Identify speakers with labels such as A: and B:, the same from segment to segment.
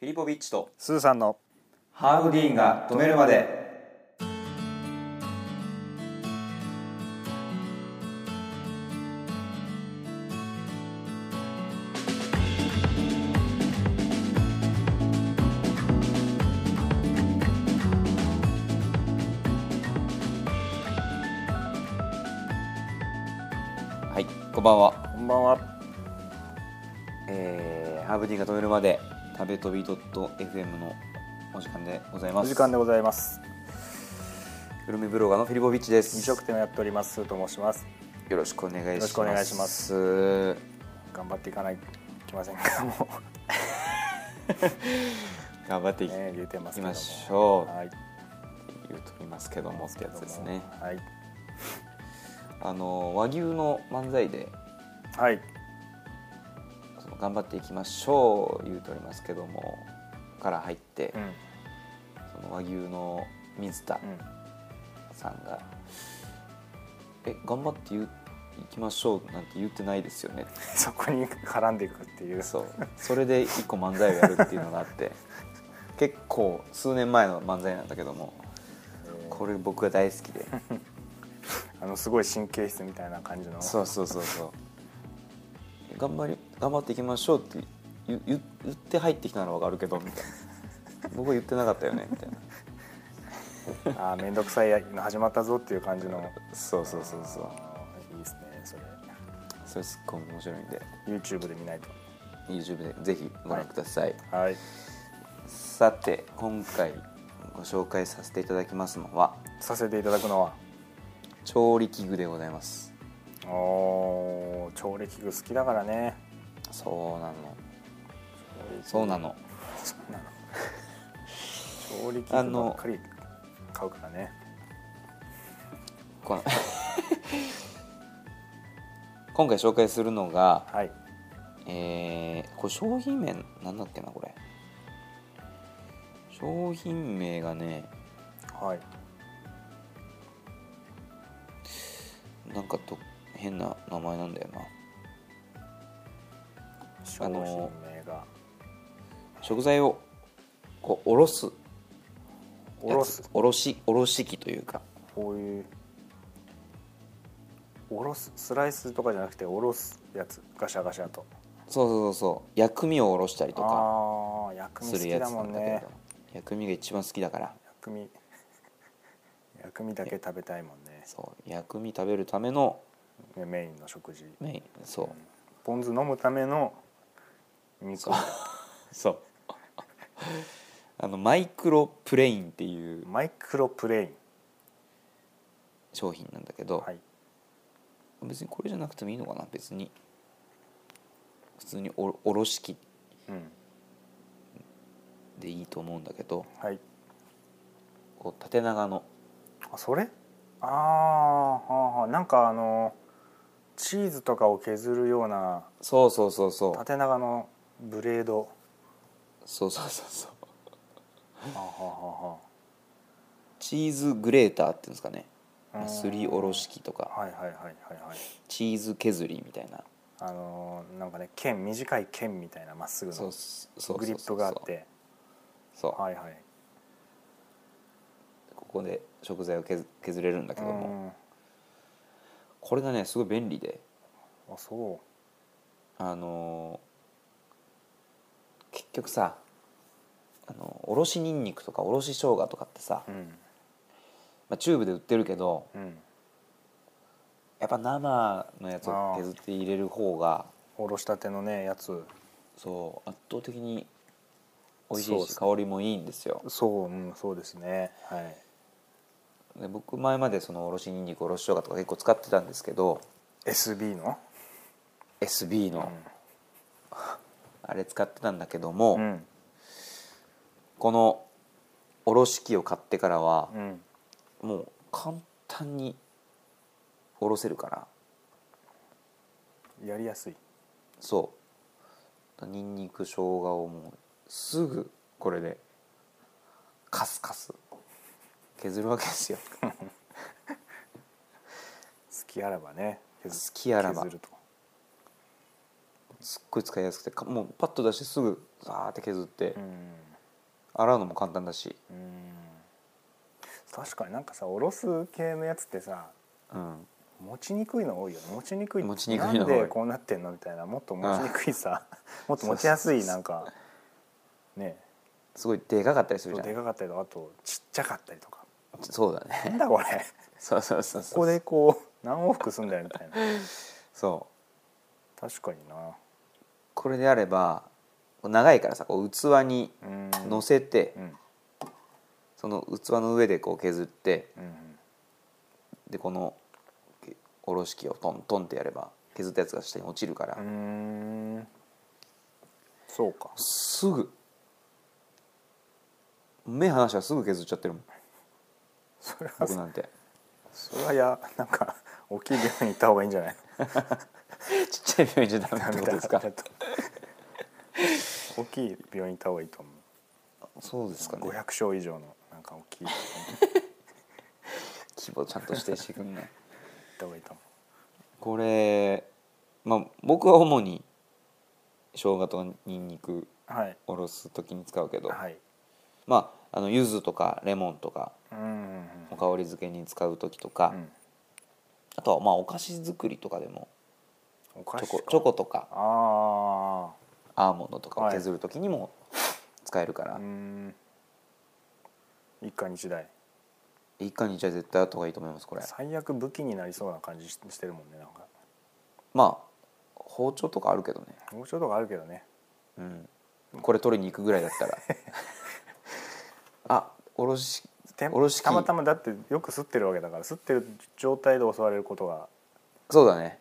A: フィリポビッチと
B: スーさんの
A: ハーブディーンが止めるまではいこんばんは、
B: こんばんは
A: えー、ハーブディーンが止めるまで食べ飛び .fm のお時間でございま
B: お
A: す
B: 時間でございます
A: グルメブロガーのフィリポビッチです
B: 飲食店をやっておりますスーと申します
A: よろしくお願いします
B: よろしくお願いします頑張っていかないきませんか も
A: 頑張って
B: う
A: いき、
B: ね言うてますけども
A: 行きましょう
B: はい
A: 言うときますけどもってやつですね
B: はい
A: あの和牛の漫才で
B: はい
A: その頑張っていきましょう言うとおりますけどもから入って、
B: うん
A: その和牛の水田
B: うん
A: さんが「え頑張って言ういきましょう」なんて言ってないですよね
B: そこに絡んでいくっていう
A: そうそれで一個漫才をやるっていうのがあって 結構数年前の漫才なんだけども
B: えー
A: これ僕が大好きで
B: あのすごい神経質みたいな感じの
A: そうそうそうそう頑張り頑張っていきましょうって言言言って入ってきたのは分かるけどみたいな僕は言ってなかったよねみたいな
B: あー面倒くさいの始まったぞっていう感じの
A: そうそうそうそう
B: あーいいですねそれ
A: それすっごい面白いんで
B: YouTube で見ないと
A: YouTube でぜひご覧ください、
B: はい
A: さて今回ご紹介させていただきますのは
B: させていただくのは
A: 調理器具でございます
B: おー調理器具好きだからね
A: そうなのそうなの
B: そうなの調理器具ばっかり買うからね
A: この 今回紹介するのが、
B: はい
A: えーこれ商品名なんだっけなこれ商品名がね
B: はい
A: なんかと変な名前なんだよな
B: 商品名が
A: 食材をこうおろす
B: おろす
A: おろしおろし器というか
B: こういうおろすスライスとかじゃなくておろすやつガシャガシャと
A: そうそうそうそう薬味をおろしたりとか
B: ああ薬味
A: す
B: 好
A: る
B: き
A: や
B: だ
A: つな
B: も
A: ん
B: ん
A: だけど
B: ね
A: 薬味が一番好きだから
B: 薬味 薬味だけ食べたいもんね
A: そう薬味食べるための
B: ねメインの食事
A: メインそう
B: ポン酢飲むための肉
A: そうあのマイクロプレインっていう
B: マイクロプレイン
A: 商品なんだけど、
B: はい
A: 別にこれじゃなくてもいいのかな別に普通におおろし器
B: うん
A: でいいと思うんだけど
B: はい
A: こう縦長の
B: あそれあーはあはあなんかあのチーズとかを削るような
A: そうそうそうそう
B: 縦長のブレード
A: そうそうそうそう
B: はあはあは
A: チーズグレーターっていうんですかね
B: あうん
A: すりおろし器とか
B: はいはいはいはいはい
A: チーズ削りみたいな
B: あのーなんかね剣短い剣みたいなまっすぐ
A: そう
B: の
A: そうそうそう
B: グリップがあって
A: そう
B: はいはい
A: ここで食材を削削れるんだけ
B: う
A: ども
B: んあ
A: これがねすごい便利で
B: そ
A: あのー結局さあのおろしにんにくとかおろし生姜とかってさ、
B: ううん
A: まあ、チューブで売ってるけど
B: うん
A: やっぱ生のやつを削って入れる方が
B: おろしたてのねやつ
A: そう圧倒的に美味し
B: そう
A: い
B: で
A: し
B: す
A: 香りもいいんですよ
B: そううんそうですねはい
A: で僕前までそのおろしにんにくおろし生姜とか結構使ってたんですけど
B: SB の
A: SB の、 あれ使ってたんだけども、
B: うん
A: このおろし器を買ってからは
B: う、ん
A: もう簡単におろせるから
B: やりやすい
A: そうにんにく生姜をもうすぐこれでカスカス削るわけですよ
B: 好きあらばね削
A: 好きあらば
B: 削ると
A: すっごい使いやすくてかもうパッと出してすぐザーって削って、
B: うん
A: 洗うのも簡単だし、
B: うん確かになんかさおろす系のやつってさ
A: うん、
B: 持ちにくいの多いよね持ちにくい
A: 持ちにくい
B: な
A: の
B: ん
A: が多い
B: でこうなってんのみたいなもっと持ちにくい さもっと持ちやすいなんかね
A: すごいでかかったりす
B: そ
A: るじ
B: う
A: ゃ
B: で
A: ん
B: かかったりとかあとちっちゃかったりとか
A: そうだね
B: なんだこれ
A: そうそうそう
B: こ
A: そう
B: こでこう何往復すんだよみたいな
A: そう
B: 確かにな
A: これであれば長いからさこう器に
B: うん
A: 乗せて、
B: うん
A: その器の上でこう削って
B: うん
A: でこのけおろし器をトントンってやれば削ったやつが下に落ちるから、
B: うんうーんそうか
A: すぐ目離したらすぐ削っちゃってるもん
B: それは
A: 僕なんて
B: それはやなんか大きい病院に行った方がいいんじゃない
A: ちっちゃい病院じゃダメってことですか
B: だと大きい病院行った方がいいと思う
A: そうですかね
B: 500床以上のなんか大きい病院
A: 規模ちゃんと指定してくんない
B: 行った方がいいと思
A: これまあ僕は主に生姜とニンニク
B: うはい
A: おろす時に使うけど、
B: はい
A: まああの柚子とかレモンとか
B: うんうん
A: お香り漬けに使う時とか、
B: うん
A: あとはまあお菓子作りとかでも
B: お菓
A: チョ
B: 子
A: コ
B: か
A: チョコとか
B: あ
A: アーモンドとかを削る時にも使えるから、
B: あうん一家日大
A: 一家にじゃ絶対あった方がいいと思いますこれ
B: 最悪武器になりそうな感じししてるもんねなんか
A: まあ包丁とかあるけどね、
B: 包丁とかあるけどね
A: うん、これ取りに行くぐらいだった らあおろして
B: ん
A: おろし器
B: たまたまだってよく吸ってるわけだから吸ってる状態で襲われることが
A: そうだね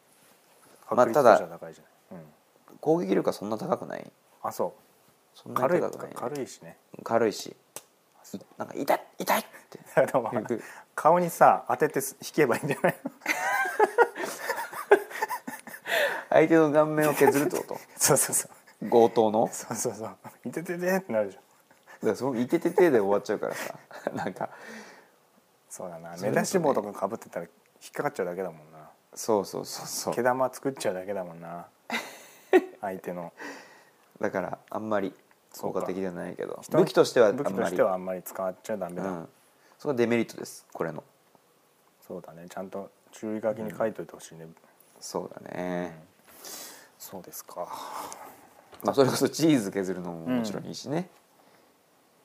A: まあ
B: 確率としては高いじゃない、うん、
A: 攻撃力はそんな高くない
B: あそ
A: そん
B: う
A: な
B: 軽
A: に
B: い
A: 高くない、
B: 軽いしね
A: 軽いし
B: そう
A: なんか痛い痛い って
B: だからまあ
A: よく
B: 顔にさ当ててす引けばいいんじゃないの
A: 相手の顔面を削るってこ
B: そうそうそう
A: と強盗の
B: そうそうそう「いててて」ってなるじゃん
A: だからそのいてててで終わっちゃうからさ なんか
B: そうだな
A: そ
B: 目
A: れ
B: 出し帽とかかぶってたら引っかかっちゃうだけだもんな
A: そうそうそうそ
B: 毛
A: う
B: 玉作っちゃうだけだも んな相手の
A: だからあんまり
B: そう
A: 効
B: か
A: 果的ではないけど
B: 人の
A: 武器としてはあん
B: 武器と
A: ま
B: し
A: り
B: てはあんまり使っちゃダメ
A: う
B: だ、
A: ん、それがデメリットですこれの
B: そうだねちゃんと注意書きに書いといてほしいね、
A: そうだね、
B: そうですか
A: まあ、それこそチーズ削るのももちろんいいしね、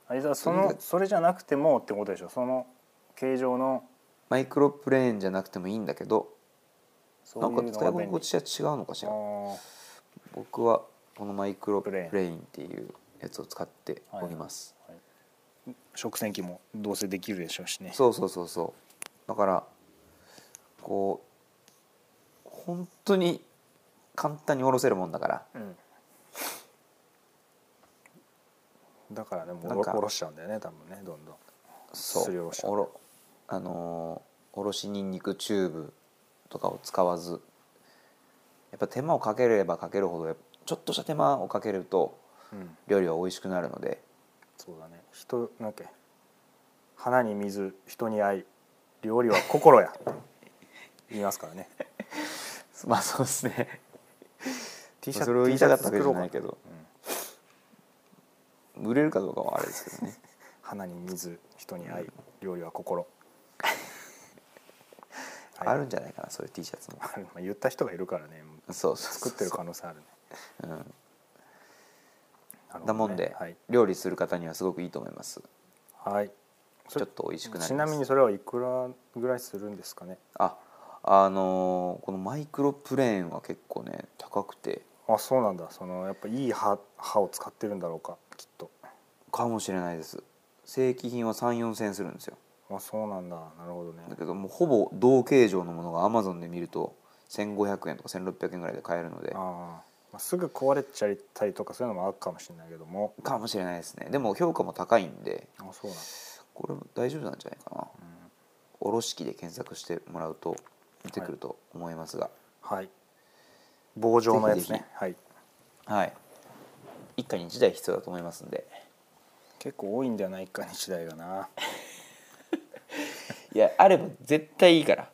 B: あれじゃあそ
A: とに
B: の
A: かく
B: それじゃなくてもってことでしょその形状の
A: マイクロプレーンじゃなくてもいいんだけど
B: そ
A: なん
B: う
A: か
B: いうの
A: 使い
B: が便
A: 心
B: 利
A: 地は違うのかし
B: あ
A: ら
B: ー
A: 僕はこのマイクロプレ
B: プレ
A: ーンっていうやつを使っております、
B: 食洗機もどうせできるでしょうしね
A: そうそうそうそうだからこう本当に簡単におろせるもんだから
B: うんだからねもう
A: な
B: お
A: ん
B: ろ
A: か
B: おろしちゃうんだよね多分ねどんどん
A: そう
B: すりおろしちゃう
A: おろあのーおろしにんにくチューブとかを使わずやっぱ手間をかければかけるほどちょっとした手間をかけると
B: うん
A: 料理は美味しくなるので
B: そうだね人なんだっけ花に水人に愛料理は心 や言いますからね
A: まあそうです ね
B: T
A: それを言いたかったわけじゃ
B: T シ
A: な
B: ャ
A: い
B: ツ作
A: け
B: ろう
A: ど
B: かうん
A: 売れるかどうかはあれですけどね
B: 花に水人に愛料理は心はい
A: あるんじゃないかなそういう T シャツも
B: あるまあ言った人がいるからね
A: そうそうそう
B: 作ってる可能性あるね
A: うん
B: なるほどね
A: だもんで、
B: はい、
A: 料理する方にはすごくいいと思います
B: はい、
A: ちょっと美味しくなります
B: ちなみにそれはいくらぐらいするんですかね
A: ああのーこのマイクロプレーンは結構ね高くて
B: あそうなんだそのやっぱいい歯歯を使ってるんだろうかきっと
A: かもしれないです正規品は34千円するんですよ
B: あそうなんだなるほどね
A: だけどもうほぼ同形状のものがアマゾンで見ると1500円とか1600円ぐらいで買えるので
B: あー、まあ、すぐ壊れちゃったりとかそういうのもあるかもしれないけども
A: かもしれないですねでも評価も高いんで
B: あそうなんだ
A: これ大丈夫なんじゃないかな、おろし器で検索してもらうと出てくると思いますが
B: はい棒状のやつ
A: ぜひぜ
B: ねはい
A: はい、一家に一台必要だと思いますんで
B: 結構多いんだよな一家に一台がない
A: やあれば絶対いいから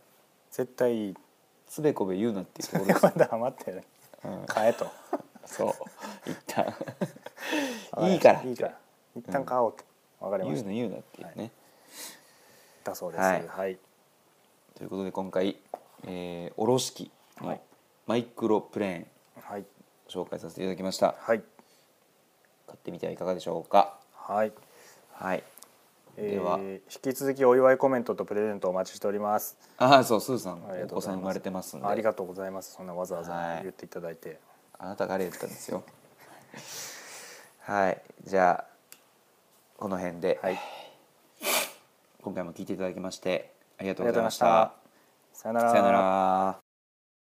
B: 絶対いい
A: つべこべ言うなっていうところ
B: まだ余ってる
A: うん
B: 買えと
A: そう一旦
B: わ り
A: いい
B: まし
A: か
B: た
A: ら
B: いいから一旦買おうと、わかり
A: 言
B: ま
A: う
B: した
A: の言うなっていうね、
B: だそうです
A: はい
B: はい、
A: ということで今回、えー、おろし器
B: は
A: の
B: い
A: マイクロプレーン
B: はい
A: 紹介させていただきました
B: はい
A: 買ってみてはいかがでしょうか
B: はい
A: はい
B: え
A: では
B: ー、引き続きお祝いコメントとプレゼントお待ちしております
A: ああそうすーさん
B: ありが
A: お
B: とうご
A: 子
B: ざ
A: さ
B: い
A: ん
B: ます
A: 生まれてますんで
B: ありがとうございますそんなわざわざ
A: はい
B: 言っていただいて
A: あなたがあれ言ったんです よはいじゃあこの辺で、
B: はい、
A: 今回も聞いていただきましてありが
B: あ
A: と
B: り
A: う
B: が
A: ご
B: と
A: ざ
B: うござい
A: い
B: ま
A: ま
B: し
A: したた
B: さよなら
A: さよなら